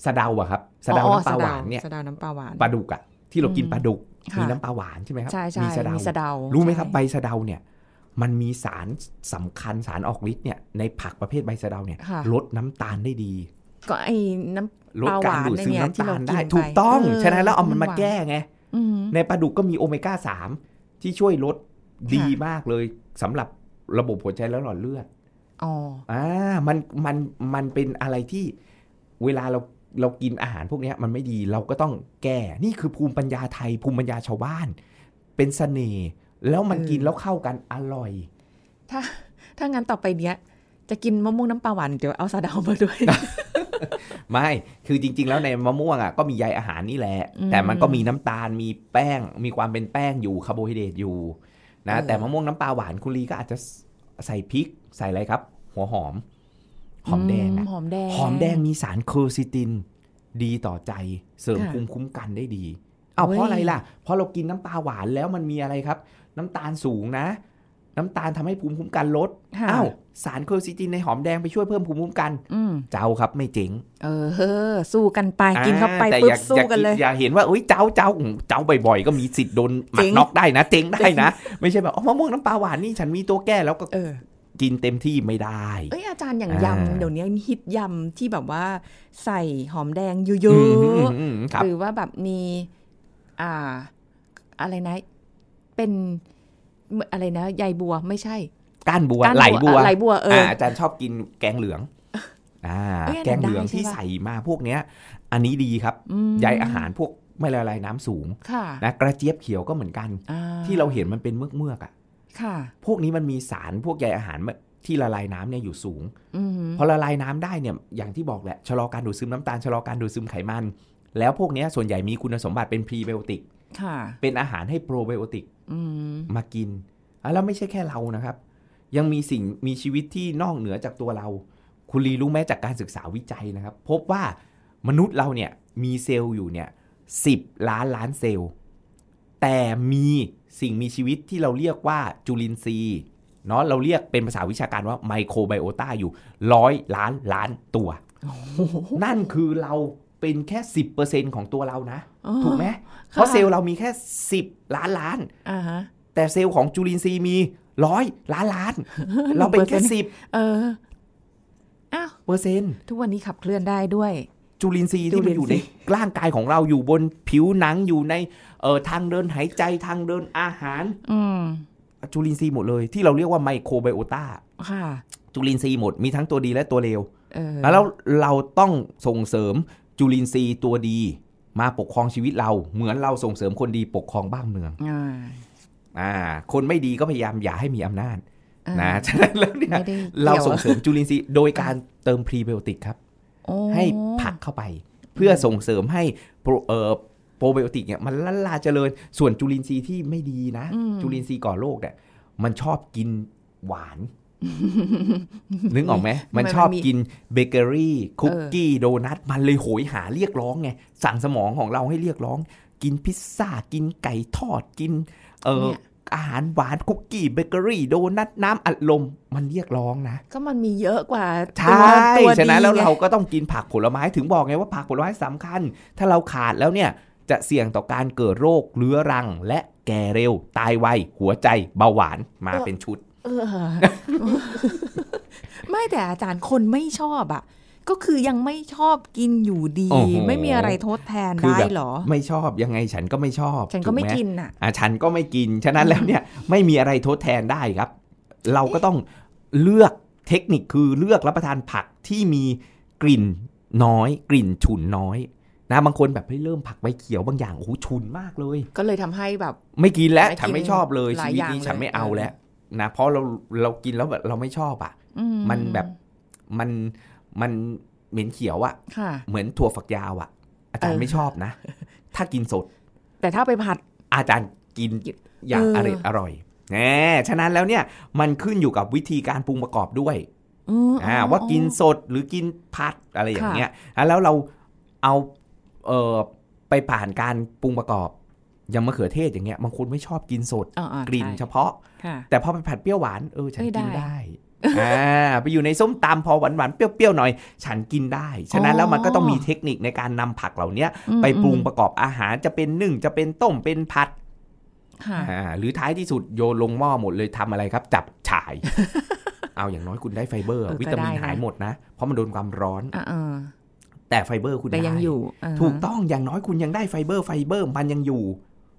S2: สะเดาอะครับสะเดา
S3: อ๋อ
S2: น้ำปลาหวานเนี่ย
S3: สะเดาน้ำปลาหวาน
S2: ปลาดุกอะที่เรากิน
S3: อืม
S2: ปลาดุก
S3: ค่ะ
S2: มีน้ำปลาหวานใช่ไหมครับ
S3: ใช่ใช่
S2: มีสะเดา
S3: มีสะเดา
S2: รู้ไหม
S3: ใช่
S2: ครับใบสะเดาเนี่ย มันมีสารสำคัญสารออกฤทธิ์เนี่ยในผักประเภทใบสะเดาเนี่ย
S3: ค่ะ
S2: ลดน้ำตาลได้ดี
S3: ก็ไอ้น้ำ
S2: ลดการดูดซึม
S3: ปลาหวาน
S2: น้ำตาล
S3: ใน
S2: ได้
S3: เนี่ยที่เรากินไป
S2: ถูกต้อง
S3: เออ
S2: ฉะนั้นแล้วเอามันมา
S3: หวาน
S2: แก้ไง
S3: อืม
S2: ในปลาดุกก็มีโอเมก้า 3 ที่ช่วยลด
S3: ะ
S2: ดีมากเลยสำหรับระบบหัวใจและหลอดเลือด
S3: อ๋อ
S2: อ่ามันมันมันเป็นอะไรที่เวลาเราเรากินอาหารพวกเนี้ยมันไม่ดีเราก็ต้องแก้นี่คือภูมิปัญญาไทย ภูมิปัญญาชาวบ้าน เป็นเสน่ห์แล้วมันกินแล้วเข้ากันอร่อย
S3: ถ้าถ้างั้นต่อไปเนี้ย จะกินมะม่วงน้ำปลาหวานเดี๋ยวเอาสะเดามาด้วย
S2: ไม่ คือจริง ๆ แล้วในมะม่วงอ่ะก็มีใยอาหารนี่แหละ
S3: อืม
S2: แต่มันก็มีน้ำตาล มีแป้ง มีความเป็นแป้งอยู่ คาร์โบไฮเดรตอยู่นะ
S3: เออ
S2: แต่มะม่วงน้ำปลาหวานคุณลีก็อาจจะใส่พริก ใส่อะไรครับ หัวหอม หอมแดงอะ
S3: หอมแดง
S2: หอมแดงมีสารเคอร์ซิติน ดีต่อใจ เสริม
S3: ค่ะ
S2: ภูมิคุ้มกันได้ดี เอา
S3: เว้ย
S2: เพราะอะไรล่ะ เพราะเรากินน้ำปลาหวานแล้วมันมีอะไรครับ น้ำตาลสูงนะ น้ำตาลทำให้ภูมิคุ้มกันลด
S3: ค่ะ
S2: อ้าว สารเคอร์ซิตินในหอมแดงไปช่วยเพิ่มภูมิคุ้มกัน
S3: อืม
S2: เจ้าครับไม่เจ๋ง
S3: เออ สู้กันไป
S2: อ่
S3: กินเข้าไป
S2: แต่อบ
S3: ปุ๊
S2: ย่า
S3: สู้
S2: อา
S3: กันเลย
S2: อย่าเห็นว่าเอ้ยเจ้าเจ้าเจ้าบ่อยๆ ก็มีสิทธิ์โดนหมั
S3: เจ๊
S2: ด
S3: ง
S2: น็อกได้นะเจ๊งได้นะ ไม่ใช่แบบอ๋อมะม่วงน้ำปลาหวานนี่ฉันมีตัวแก้แล้วก็
S3: เออ
S2: กินเต็มที่ไม่ได้
S3: เอ้ยอาจารย์อย่าง
S2: อ่า
S3: ยำเดี๋ยวนี้ฮิตยำที่แบบว่าใส่หอมแดงเยอะ
S2: มอืมอืมค
S3: ๆ
S2: รับ
S3: หรือว่าแบบมีอ่า อะไรนะ เป็นเหมือนอะไรนะใยบัวไม่ใช่
S2: ก้านบัว
S3: ก้าน
S2: ไหลบัว
S3: ไหลบัวเออ
S2: อาจารย์ชอบกินแกงเหลืองอ่า
S3: เอ้ยอันนั้น
S2: แกงเหลือง
S3: ได้ใช่
S2: ที่
S3: ปะ
S2: ใส่มาพวกเนี้ย อันนี้ดีครับ
S3: ม
S2: ใยอาหารพวกไม่ละลายน้ำสูง
S3: ค่ะ
S2: นะกระเจี๊ยบเขียวก็เหมือนกัน
S3: อ่
S2: ที่เราเห็นมันเป็นเมือกเมือกๆอ่ะ
S3: ค่ะ
S2: พวกนี้มันมีสารพวกใยอาหารที่ละลายน้ำเนี่ยอยู่สูง
S3: อืม
S2: พอละลายน้ำได้เนี่ยอย่างที่บอกแหละชะลอการดูดซึมน้ำตาลชะลอการดูดซึมไขมัน แล้วพวกเนี้ยส่วนใหญ่มีคุณสมบัติเป็นพรีไบโอติก
S3: ค่ะ
S2: เป็นอาหารให้โปรไบโอติก
S3: อืม
S2: มากินอ่ะแล้วไม่ใช่แค่เรานะครับ ยังมีสิ่งมีชีวิตที่นอกเหนือจากตัวเรา คุณลีรู้ไหมจากการศึกษาวิจัยนะครับ พบว่ามนุษย์เราเนี่ยมีเซลล์อยู่เนี่ยสิบล้านล้านเซลล์ แต่มีสิ่งมีชีวิตที่เราเรียกว่าจุลินทรีย์เนาะเราเรียกเป็นภาษาวิชาการว่าไมโครไบโอตาอยู่ร้อยล้านล้านตัว นั่นคือเราเป็นแค่ 10%ของตัวเรานะ
S3: อ๋อ
S2: ถูกไหม
S3: ค่ะ
S2: เพราะเซลล์เรามีแค่ 10 ล้านล้าน
S3: อ่าฮะ
S2: แต่เซลล์ของจุลินทรีย์มีร้อยล้าน ล้าน เราเป็นแค่ 10
S3: เอออ้าว
S2: เปอร์เซ็นต์
S3: ทุกวันนี้ขับเคลื่อนได้ด้วย
S2: จุลินทรีย์ที่มันอยู่
S3: จุ
S2: ใน
S3: ลินทรีย์
S2: ร่างกายของเราอยู่บนผิวหนังอยู่ในเอ่อทางเดินหายใจทางเดินอาหาร
S3: อืม
S2: จุลินทรีย์หมดเลยที่เราเรียกว่าไมโครไบโอตา
S3: ค่ะ
S2: จุลินทรีย์หมดมีทั้งตัวดีและตัวเลว
S3: เออ
S2: แล้วเราต้องส่งเสริมจุลินทรีย์ตัวดี มาปกครองชีวิตเรา เหมือนเราส่งเสริมคนดีปกครองบ้านเมือง
S3: อ่า
S2: อ่า คนไม่ดีก็พยายามอย่าให้มีอำนาจ
S3: อ่า
S2: นะฉะนั้นแล้วเนี่ย
S3: ไม่ได้กี่ยว
S2: เราส่งเสริมจุลินทรีย์โดยการเติมพรีไบโอติกครับ
S3: โอ้
S2: ให้ผักเข้าไป เพื่อส่งเสริมให้โปรเอ่อโปรไบโอติกเนี่ยมันละลาเจริญส่วนจุลินทรีย์ที่ไม่ดีนะ จุลินทรีย์ก่อโรค เนี่ยมันชอบกินหวาน นึกออกไหมมันชอบกินเบเกอรี่คุกกี้โดนัทมันเลยโหยหาเรียกร้องไงสั่งสมองของเราให้เรียกร้อง กินพิซซ่ากินไก่ทอดกิน เออ
S3: เนี่ย
S2: อาหารหวานคุกกี้เบเกอรี่โดนัทน้ำอัดลมมันเรียกร้องนะ
S3: ก็มันมีเยอะกว่า
S2: ใช
S3: ตัวตั่ ว
S2: ฉะนั้น
S3: ดี
S2: แล้ว
S3: ไง
S2: เราก็ต้องกินผักผลไม้ถึงบอกไงว่าผักผลไม้สำคัญ ถ้าเราขาดแล้วเนี่ยจะเสี่ยงต่อการเกิดโรคเรื้อรัง และแก่เร็ว ตายไว หัวใจเบาหวานมา
S3: เออ
S2: เป็นชุด
S3: เอ อ ไม่แต่อาจารย์คนไม่ชอบอ่ะ ก็คือยังไม่ชอบกินอยู่ดี
S2: โอ้โห
S3: ไม่มีอะไรทดแทน
S2: คื
S3: ได้
S2: แบบ
S3: เหรอ
S2: ไม่ชอบยังไงฉันก็ไม่ชอบ
S3: ฉันก็ไม่
S2: ถูห
S3: กินอ่ะ
S2: อ่ะฉันก็ไม่กิน ฉะนั้นแล้วเนี่ยไม่มีอะไรทดแทนได้ครับ เราก็ต้องเลือกเทคนิคคือเลือกรับประทานผักที่มีกลิ่นน้อย กลิ่นฉุนน้อย นะบางคนแบบเฮ้ยเริ่มผักใบเขียวบางอย่างโอ้โหชุนมากเลย
S3: ก็เลยทำให้แบบ
S2: ไม่กินแล้ว
S3: ไม่กิน
S2: ฉันไม่ชอบเลย
S3: หลา
S2: ชี
S3: ย
S2: วิต
S3: อย่าง
S2: นี้
S3: เลย
S2: ฉันไม่เอาแล้วนะเพราะเราเรากินแล้วแบบเราไม่ชอบอ่ะ
S3: อื
S2: มันแบบมันมันเหม็นเขียวอ่ะ
S3: ค่ะ
S2: เหมือนถั่วฝักยาวอ่ะ อาจาร
S3: เอ
S2: ย์
S3: อ
S2: ไม่ชอบนะ ถ้ากินสด
S3: แต่ถ้าไปผัด
S2: อาจารย์กินอย่าง
S3: เออ
S2: อ
S3: อ
S2: ร่อยอร่อยแหมฉะนั้นแล้วเนี่ยมันขึ้นอยู่กับวิธีการปรุงประกอบด้วย
S3: อืม
S2: อ่า
S3: อ๋อ
S2: ว่ากินสดหรือกินผัดอะไรอย่าง
S3: ค่ะ
S2: เงี้ยอ่ะแล้วเราเอาเออไปผ่านการปรุงประกอบอย่างมะเขือเทศอย่างเงี้ยบางคนไม่ชอบกินสด
S3: อ๋ออ๋อก
S2: ลิ่นเฉ
S3: ใช่
S2: พาะ
S3: ค่ะ
S2: แต่พอไปผัดเปรี้ยวหวานเออฉัน
S3: เอ้ย
S2: กิน
S3: ได้
S2: ได้ อ่าไปอยู่ในส้มตำพอหวานหวานๆเปรี้ยวๆหน่อย ฉันกินได้ ฉะนั้นแล้วมันก็ต้องมีเทคนิคในการนำผักเหล่าเนี้ย
S3: อืม
S2: ไปปรุง
S3: อืม
S2: ประกอบอาหารจะเป็นนึ่งจะเป็นต้มเป็นผัด
S3: ค่ะ
S2: อ่าหรือท้ายที่สุดโยนลงหม้อหมดเลยทำอะไรครับ จับ ฉาย เอาอย่างน้อยคุณได้ไฟเบอร์
S3: เออก็
S2: วิตามิน
S3: ได้นะ
S2: หายหมดนะ เพราะมันโดนความร้อน
S3: อ่า
S2: แต่ไฟเบอร์คุณ
S3: ๆแต่ยัง
S2: ได้
S3: อยู่อ่า
S2: ถูกต้องอย่างน้อยคุณยังได้ไฟเบอร์ไฟเบอร์มันยังอยู่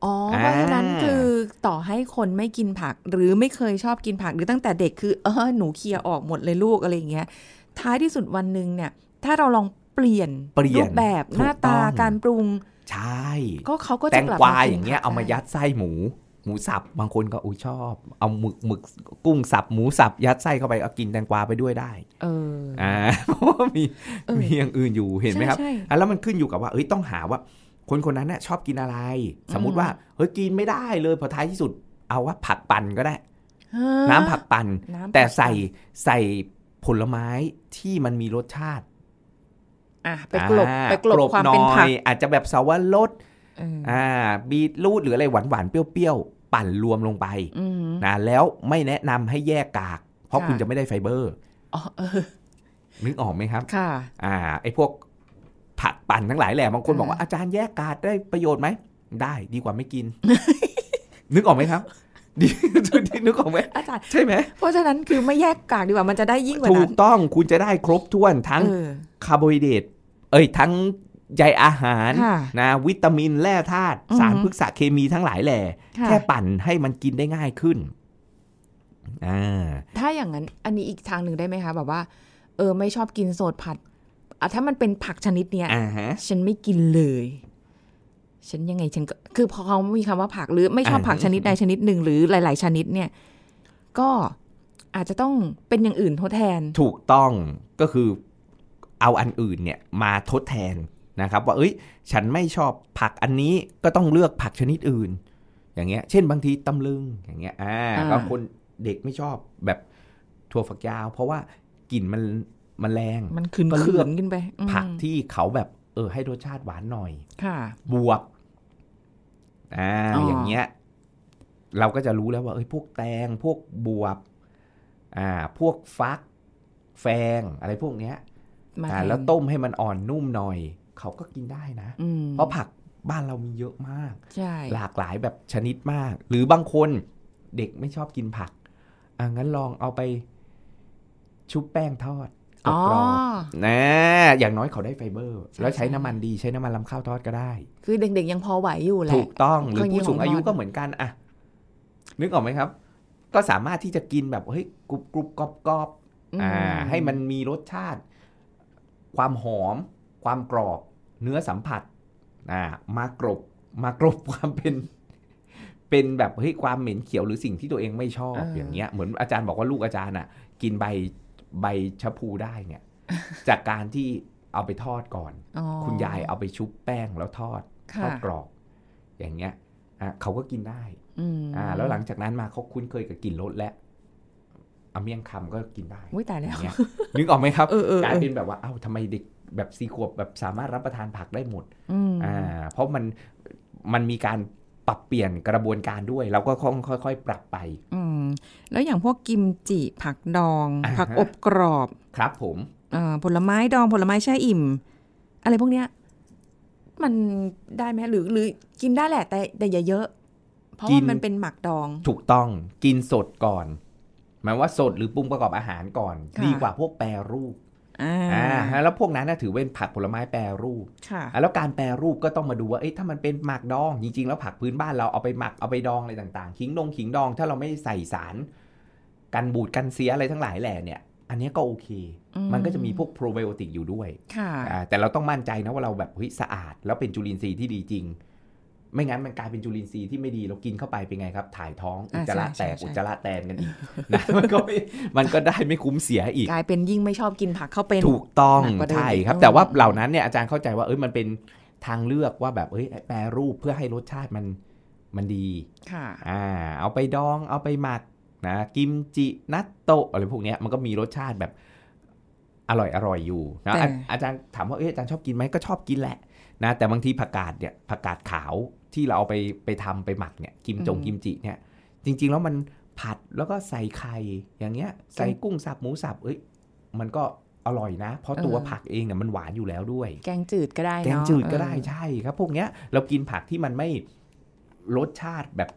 S3: อ๋อเพราะฉะนั้น
S2: อ่า
S3: คือต่อให้คนไม่กินผัก หรือไม่เคยชอบกินผักหรือตั้งแต่เด็กคือเออหนูเคลียร์ออกหมดเลยลูกอะไรอย่างเงี้ย ท้ายที่สุดวันหนึ่งเนี่ย ถ้าเราลองเปลี่ยน
S2: เปลี่ยน
S3: รูปแบบ
S2: ถูก
S3: หน้าตา
S2: อง
S3: การปรุง
S2: ใช่
S3: ก็เขาก็
S2: แต
S3: จะ
S2: ง
S3: กลับ
S2: กวา
S3: กิน
S2: อย่างเงี้ย
S3: ผัก
S2: เอามา
S3: ได้
S2: ยัดไส้หมู หมูสับบางคนก็อุ้ยชอบ เอาหมึกหมึกกุ้งสับหมูสับยัดไส้เข้าไปเอากินแตงกวาไปด้วยได้
S3: เออ
S2: อ่า เพราะว่ามี
S3: เออ
S2: มีอย่างอื่นอยู่เห็นไหมครับ
S3: ใช่ใช่
S2: อ่ะแล้วมันขึ้นอยู่กับว่าเอ้ยต้องหาว่า คนคนนั้นน่ะชอบกินอะไร สมมุติว่าเฮ้ยกินไม่ได้เลยพอท้ายที่สุด เอาว่าผักปั่นก็ได้ น้ำผักปั่น
S3: น้ำผักปั่น
S2: แต่ใส่ใส่ผลไม้ที่มันมีรสชาติ
S3: อ่ะไปกลบ
S2: อ่า
S3: ไปกลบความเป็นผัก
S2: หอยอาจจะแบบสาวรส
S3: เออ
S2: อ่าบีทรูทหรืออะไรหวานหวานๆเปรี้ยวๆ ปั่นรวมลงไป
S3: อืม
S2: นะแล้วไม่แนะนำให้แยกกาก เพราะ
S3: ค่ะ
S2: คุณจะไม่ได้ไฟเบอร์
S3: อ๋อเออ
S2: นึกออกไหมครับ
S3: ค่ะ
S2: อ่าไอ้พวกผักปั่นทั้งหลายแหละบางคน
S3: อ่า
S2: บอกว่าอาจารย์แยกกากได้ประโยชน์ไหม ได้ดีกว่าไม่ กิน นึกออกไหมครับ ดี นึกออกไหม
S3: อาจารย์
S2: ใช่ไหม
S3: เพราะฉะนั้นคือไม่แยกกากดีกว่ามันจะได้ยิ่งกว่า
S2: ถู
S3: นั้
S2: ก
S3: น
S2: ต้องคุณจะได้ครบถ้วนทั้ง
S3: เออ
S2: คาร์โบไฮเดรตเอ้ยทั้งใยอาหาร
S3: ค่ะ
S2: นะวิตามินแร่ธาตุ
S3: อือ
S2: สาร
S3: หือ
S2: พฤกษเคมีทั้งหลายแหล่
S3: ค่ะ
S2: แค่ปั่นให้มันกินได้ง่ายขึ้น อ่า
S3: ถ้าอย่างนั้นอันนี้อีกทางหนึ่งได้ไหมคะแบบว่า เออไม่ชอบกินโสดผัดอ่ะถ้ามันเป็นผักชนิดเนี้ย
S2: อ่าฮะ
S3: ฉันไม่กินเลย ฉันยังไงฉันก็คือพอเขามีคำว่าผักหรือไม่ชอบ
S2: อ่า
S3: ผักชนิดใดชนิดหนึ่งหรือหลาย ๆ ชนิดเนี่ย ก็อาจจะต้องเป็นอย่างอื่นทดแทน
S2: ถูกต้องก็คือเอาอันอื่นเนี่ยมาทดแทนนะครับ ว่าเอ้ย ฉันไม่ชอบผักอันนี้ก็ต้องเลือกผักชนิดอื่น อย่างเงี้ย เช่นบางทีตำลึงอย่างเงี้ย อ่า
S3: อ่า
S2: บางคนเด็กไม่ชอบแบบถั่วฝักยาว เพราะว่ากลิ่นมันมันแรง
S3: มันขืน
S2: ก็เลื
S3: ขื
S2: อก
S3: นขึ้นไปอืม
S2: ผักที่เขาแบบเออให้รสชาติหวานหน่อย
S3: ค่ะ
S2: บวบอ่า
S3: อ๋ออ
S2: อย่างเงี้ย เราก็จะรู้แล้วว่าเอ้ยพวกแตงพวกบวบ อ่า พวกฟัก แฟงอะไรพวกเนี้ย
S3: มา
S2: อ่า
S3: ทน
S2: แล้วต้มให้มันอ่อนนุ่มหน่อย เขาก็กินได้นะ
S3: อืม
S2: เพราะผักบ้านเรามีเยอะมาก
S3: ใช่
S2: หลากหลายแบบชนิดมาก หรือบางคนเด็กไม่ชอบกินผักอ่ะงั้นลองเอาไป ชุบแป้งทอดก
S3: อ๋อ
S2: รอบๆนะอย่างน้อยเขาได้ไฟเบอร์
S3: ใช่
S2: แล้วใช้
S3: ใช่
S2: น้ำมันดีใช้น้ำมันลำข้าวทอดก็ได้
S3: คือเด็กๆยังพอไหวอยู่แหละ
S2: ถูกต้องหรือ
S3: ก็ยี่
S2: ผู้สูงอายุ
S3: ของมัน
S2: ก็เหมือนกันอะนึกออกไหมครับ ก็สามารถที่จะกินแบบเฮ้ยกรุบกรุบกรอบกรอบ
S3: ม
S2: อ่า ให้มันมีรสชาติ ความหอม ความกรอบ เนื้อสัมผัส อ่า มากรบมากรบ ความเป็น เป็นแบบเฮ้ยความเหม็นเขียวหรือสิ่งที่ตัวเองไม่ชอบ
S3: เออ
S2: อ
S3: อ
S2: ย่างเงี้ยเหมือนอาจารย์บอกว่าลูกอาจารย์อ่ะ กินใบใบชะพูได้เนี่ย จากการที่เอาไปทอดก่อน
S3: อ๋อ
S2: คุณยายเอาไปชุบแป้งแล้วทอด ท
S3: ค่ะ
S2: อดกรอบอย่างเงี้ยอ่ะเขาก็กินได้
S3: อืม
S2: อ่าแล้วหลังจากนั้นมาเขาคุ้นเคยกับกลิ่นรสแล้วเอาเมี่ยงคำก็กินได้
S3: อุ้ยตายแล้
S2: อ
S3: ว
S2: ย่างเงี้ยนึกออกไหมครับ
S3: เออเออเออ
S2: กลายเป็นแบบว่าเอ้าทำไมเด็กแบบซีขวบแบบสามารถรับประทานผักได้หมด
S3: อืม
S2: อ่าเพราะมันมันมีการปรับเปลี่ยนกระบวนการด้วย เราก็ค่อยๆ ปรับไป
S3: อืมแล้วอย่างพวกกิมจิผักดอง
S2: อ่าฮะ
S3: ผักอบกรอบ
S2: ครับผม
S3: เอ่อผลไม้ดองผลไม้แช่อิ่ม อะไรพวกเนี้ย มันได้ไหมหรือหรือกินได้แหละ แต่แต่อย่าเยอะ เพราะ
S2: กิ
S3: ว่าน มันเป็นหมักดอง
S2: ถูกต้องกินสดก่อนหมายว่าสดหรือปรุงประกอบอาหารก่อน
S3: ค่ะ
S2: ดีกว่าพวกแปรรูป
S3: อ่า
S2: อ่าฮะแล้วพวกนั้นนะถือเป็นผักผลไม้แปรรูป
S3: ค่ะ
S2: อ่ะแล้วการแปรรูปก็ต้องมาดูว่าเอ้ยถ้ามันเป็นหมักดองจริงๆ แล้วผักพื้นบ้านเราเอาไปหมักเอาไปดองอะไรต่างๆ ขิงดองขิงดอง ถ้าเราไม่ใส่สาร กันบูดกันเสียอะไรทั้งหลายแหล่เนี่ย อันเนี้ยก็โอเค
S3: อืม
S2: มันก็จะมีพวกโปรไบโอติกอยู่ด้วย
S3: ค่ะ
S2: อ่าแต่เราต้องมั่นใจนะว่าเราแบบเฮ้ยสะอาด แล้วเป็นจุลินทรีย์ที่ดีจริง ไม่งั้นมันกลายเป็นจุลินทรีย์ที่ไม่ดีเรากินเข้าไปเป็นไงครับ ถ่ายท้องอุ
S3: อ่า
S2: จจาระ
S3: ใช่
S2: แตก
S3: ใช่
S2: อุจจาระแตนกันอีกนะ มันก็ไม่มันก็ได้ไม่คุ้มเสียอีก
S3: กลายเป็นยิ่งไม่ชอบกินผักเข้าเป็น
S2: ถูกต้อง
S3: หนักกว่าเดิม
S2: ใช่
S3: อีก
S2: ครับ
S3: อืม
S2: แต่ว่าเหล่านั้นเนี่ยอาจารย์เข้าใจว่าเอ้ยมันเป็นทางเลือกว่าแบบเอ้ยแปรรูปเพื่อให้รสชาติมันมันดี
S3: ค่ะ
S2: อ่า เอาไปดองเอาไปหมักนะกิมจินัตโตะอะไรพวกเนี้ยมันก็มีรสชาติแบบอร่อยอร่อยอยู่นะ
S3: แต่
S2: อาอาจารย์ถามว่าเอ้ยอาจารย์ชอบกินไหมก็ชอบกินแหละนะแต่บางทีผักกาดเนี่ยผักกาดขาวที่เราเอาไปไปทำไปหมักเนี่ยกิมจงกิมจิเนี่ย จริง ๆ แล้วมันผัดแล้วก็ใส่ไข่อย่างเงี้ย ใส่กุ้งสับหมูสับเอ้ยมันก็อร่อยนะ เพราะตัวผักเองเนี่ยมันหวานอยู่แล้วด้วย
S3: แกงจืดก็ได้เน
S2: แกง
S3: อะ
S2: จืดก็ได้
S3: เออ
S2: ใช่ครับ พวกเนี้ยเรากินผักที่มันไม่รสชาติแบบ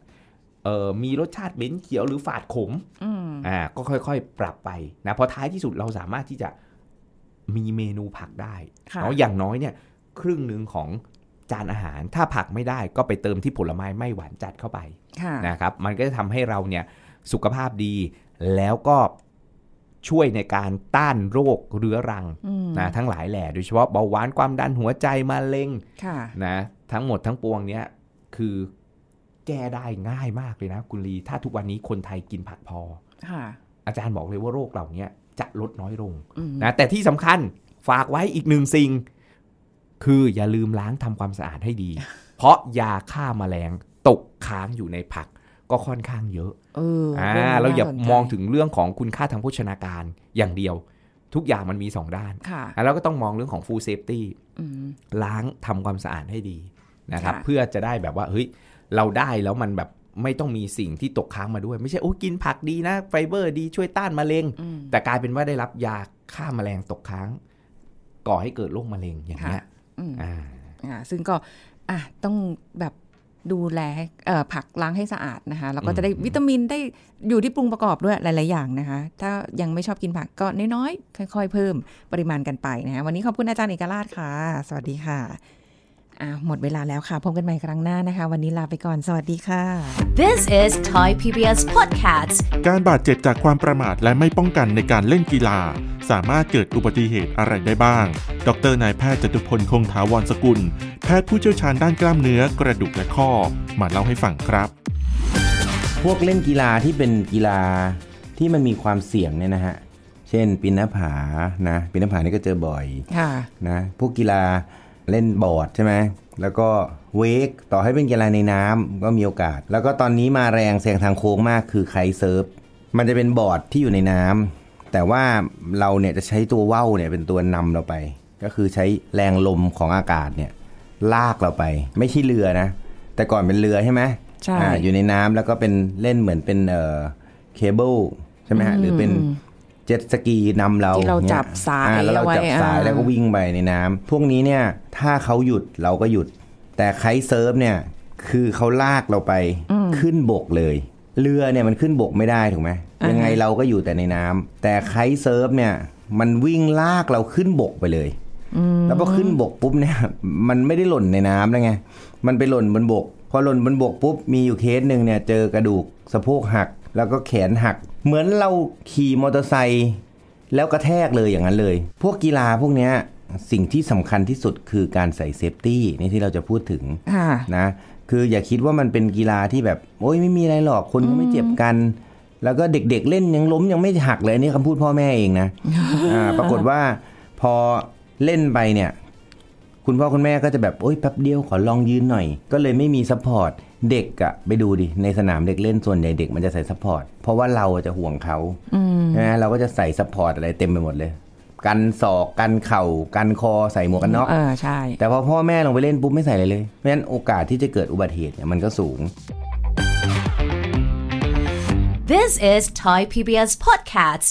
S2: เอ่อมีรสชาติเหม็นเขียวหรือฝาดขม
S3: อืม
S2: อ่าก็ค่อยๆ ปรับไปนะเพอท้ายที่สุดเราสามารถที่จะมีเมนูผักได้
S3: ค่ะ
S2: เนาะอย่างน้อยเนี่ย ครึ่งหนึ่งของจานอาหาร ถ้าผักไม่ได้ก็ไปเติมที่ผลไม้ไม่หวานจัดเข้าไป
S3: ค่ะ
S2: นะครับ มันก็จะทำให้เราเนี่ยสุขภาพดี แล้วก็ช่วยในการต้านโรคเรื้อรัง
S3: อืม
S2: นะทั้งหลายแหล่โดยเฉพาะเบาหวานความดันหัวใจมะเร็ง
S3: ค่ะ
S2: นะทั้งหมดทั้งปวงเนี้ยคือแก้ได้ง่ายมากเลยนะคุณลี ถ้าทุกวันนี้คนไทยกินผักพอ
S3: ค่ะ
S2: อาจารย์บอกเลยว่าโรคเหล่าเนี้ยจะลดน้อยลง
S3: อืม
S2: นะแต่ที่สำคัญฝากไว้อีกหนึ่งสิ่ง คืออย่าลืมล้างทำความสะอาดให้ ดี เพราะยาฆ่าแมลงตกค้างอยู่ในผักก็ค่อนข้างเยอะ
S3: เออ
S2: อ่า
S3: องนี้
S2: เราอย่า
S3: น่สนใจ
S2: มองถึงเรื่องของคุณค่าทางโภชนาการอย่างเดียว ทุกอย่างมันมีสองด้าน
S3: ค่ะ
S2: แล้วก็ต้องมองเรื่องของ food safety
S3: อืม
S2: ล้างทำความสะอาดให้ดีนะครับ
S3: ค่ะ
S2: เพื่อจะได้แบบว่าเฮ้ยเราได้แล้วมันแบบไม่ต้องมีสิ่งที่ตกค้างมาด้วย ไม่ใช่โอ้กินผักดีนะไฟเบอร์ดีช่วยต้านมะเร็ง
S3: อืม
S2: แต่กลายเป็นว่าได้รับยาฆ่าแมลงตกค้าง ก่อให้เกิดโรคมะเร็งอย่างเงี้ย
S3: ค่ะ อืม
S2: อ่า
S3: อ่าซึ่งก็อ่ะต้องแบบดูแลเอ่อผักล้างให้สะอาดนะคะ แล้วก็จะได้
S2: อืม
S3: วิตามินได้อยู่ที่ปรุงประกอบด้วยหลาย ๆ อย่างนะคะ ถ้ายังไม่ชอบกินผักก็น้อย ๆ ค่อย ๆ เพิ่มปริมาณกันไปนะคะวันนี้ขอบคุณอาจารย์เอกราชค่ะ สวัสดีค่ะอ่ะ หมดเวลาแล้วค่ะพบกันใหม่ครั้งหน้านะคะ วันนี้ลาไปก่อนสวัสดีค่ะ
S1: This is Thai PBS Podcasts.
S5: การบาดเจ็บจากความประมาทและไม่ป้องกันในการเล่นกีฬา สามารถเกิดอุบัติเหตุอะไรได้บ้าง ดรนายแพทย์จตุพลคงถาวรสกุล แพทย์ผู้เชี่ยวชาญด้านกล้ามเนื้อกระดูกและข้อ มาเล่าให้ฟังครับ
S6: พวกเล่นกีฬาที่เป็นกีฬาที่มันมีความเสี่ยงเนี่ยนะฮะ เช่นปีนหน้าผา นะ ปีนหน้าผานี่ก็เจอบ่อย
S3: ค่ะ
S6: นะ พวกกีฬาเล่นบอร์ดใช่ไหม แล้วก็เวก ต่อให้เป็นกีฬาในน้ำก็มีโอกาส แล้วก็ตอนนี้มาแรงแซงทางโค้งมากคือไคเซิร์ฟ มันจะเป็นบอร์ดที่อยู่ในน้ำ แต่ว่าเราเนี่ยจะใช้ตัวว่าวเนี่ยเป็นตัวนำเราไป ก็คือใช้แรงลมของอากาศเนี่ยลากเราไป ไม่ใช่เรือนะ แต่ก่อนเป็นเรือใช่ไหม
S3: ใช่
S6: อ่าอยู่ อยู่ในน้ำแล้วก็เป็นเล่นเหมือนเป็นเอ่อเคเบิลใช่ไหมฮะหรือเป็นเจ็ตสกีนำเรา
S3: ที่เรา
S6: นี่ย
S3: จับสาย
S6: อ่แล้วเราจับ
S3: เอาไว้
S6: สาย
S3: อ่า
S6: แล้วก็วิ่งไปในน้ำพวกนี้เนี่ยถ้าเขาหยุดเราก็หยุด แต่ไคท์เซิร์ฟเนี่ยคือเขาลากเราไปขึ้นบกเลย เรือเนี่ยมันขึ้นบกไม่ได้ถูกไหมยังไงเราก็อยู่แต่ในน้ำแต่ไคท์เซิร์ฟเนี่ยมันวิ่งลากเราขึ้นบกไปเลย แล้วพอขึ้นบกปุ๊บเนี่ย มันไม่ได้หล่นในน้ำแล้วไง มันไปหล่นบนบก พอหล่นบนบกปุ๊บมีอยู่เคสหนึ่งเนี่ยเจอกระดูกสะโพกหัก แล้วก็แขนหัก เหมือนเราขี่มอเตอร์ไซค์แล้วกระแทกเลยอย่างนั้นเลย พวกกีฬาพวกเนี้ยสิ่งที่สำคัญที่สุดคือการใส่เซฟตี้นี่ที่เราจะพูดถึง
S3: ค่ะ
S6: นะคืออย่าคิดว่ามันเป็นกีฬาที่แบบ โอ้ยไม่มีอะไรหรอกคนก็ไม่เจ็บกัน แล้วก็เด็กๆเล่นยังล้มยังไม่หักเลยอันนี่คำพูดพ่อแม่เองนะ อ่าปรากฏว่าพอเล่นไปเนี่ย คุณพ่อคุณแม่ก็จะแบบ โอ๊ยแป๊บเดียวขอลองยืนหน่อย ก็เลยไม่มีซัพพอร์ตเด็กอะไปดูดิในสนามเด็กเล่นส่วนใหญ่เด็กมันจะใส่ซัพพอร์ตเพราะว่าเราจะห่วงเขานะเราก็จะใส่ซัพพอร์ตอะไรเต็มไปหมดเลย กันศอกกันเข่ากันคอใส่หมวกกันน็อก
S3: เออใช่
S6: แต่พอพ่อแม่ลงไปเล่นปุ๊บไม่ใส่อะไรเลย เพราะฉะนั้นโอกาสที่จะเกิดอุบัติเหตุเนี่ยมันก็สูง
S1: This is Thai PBS Podcasts.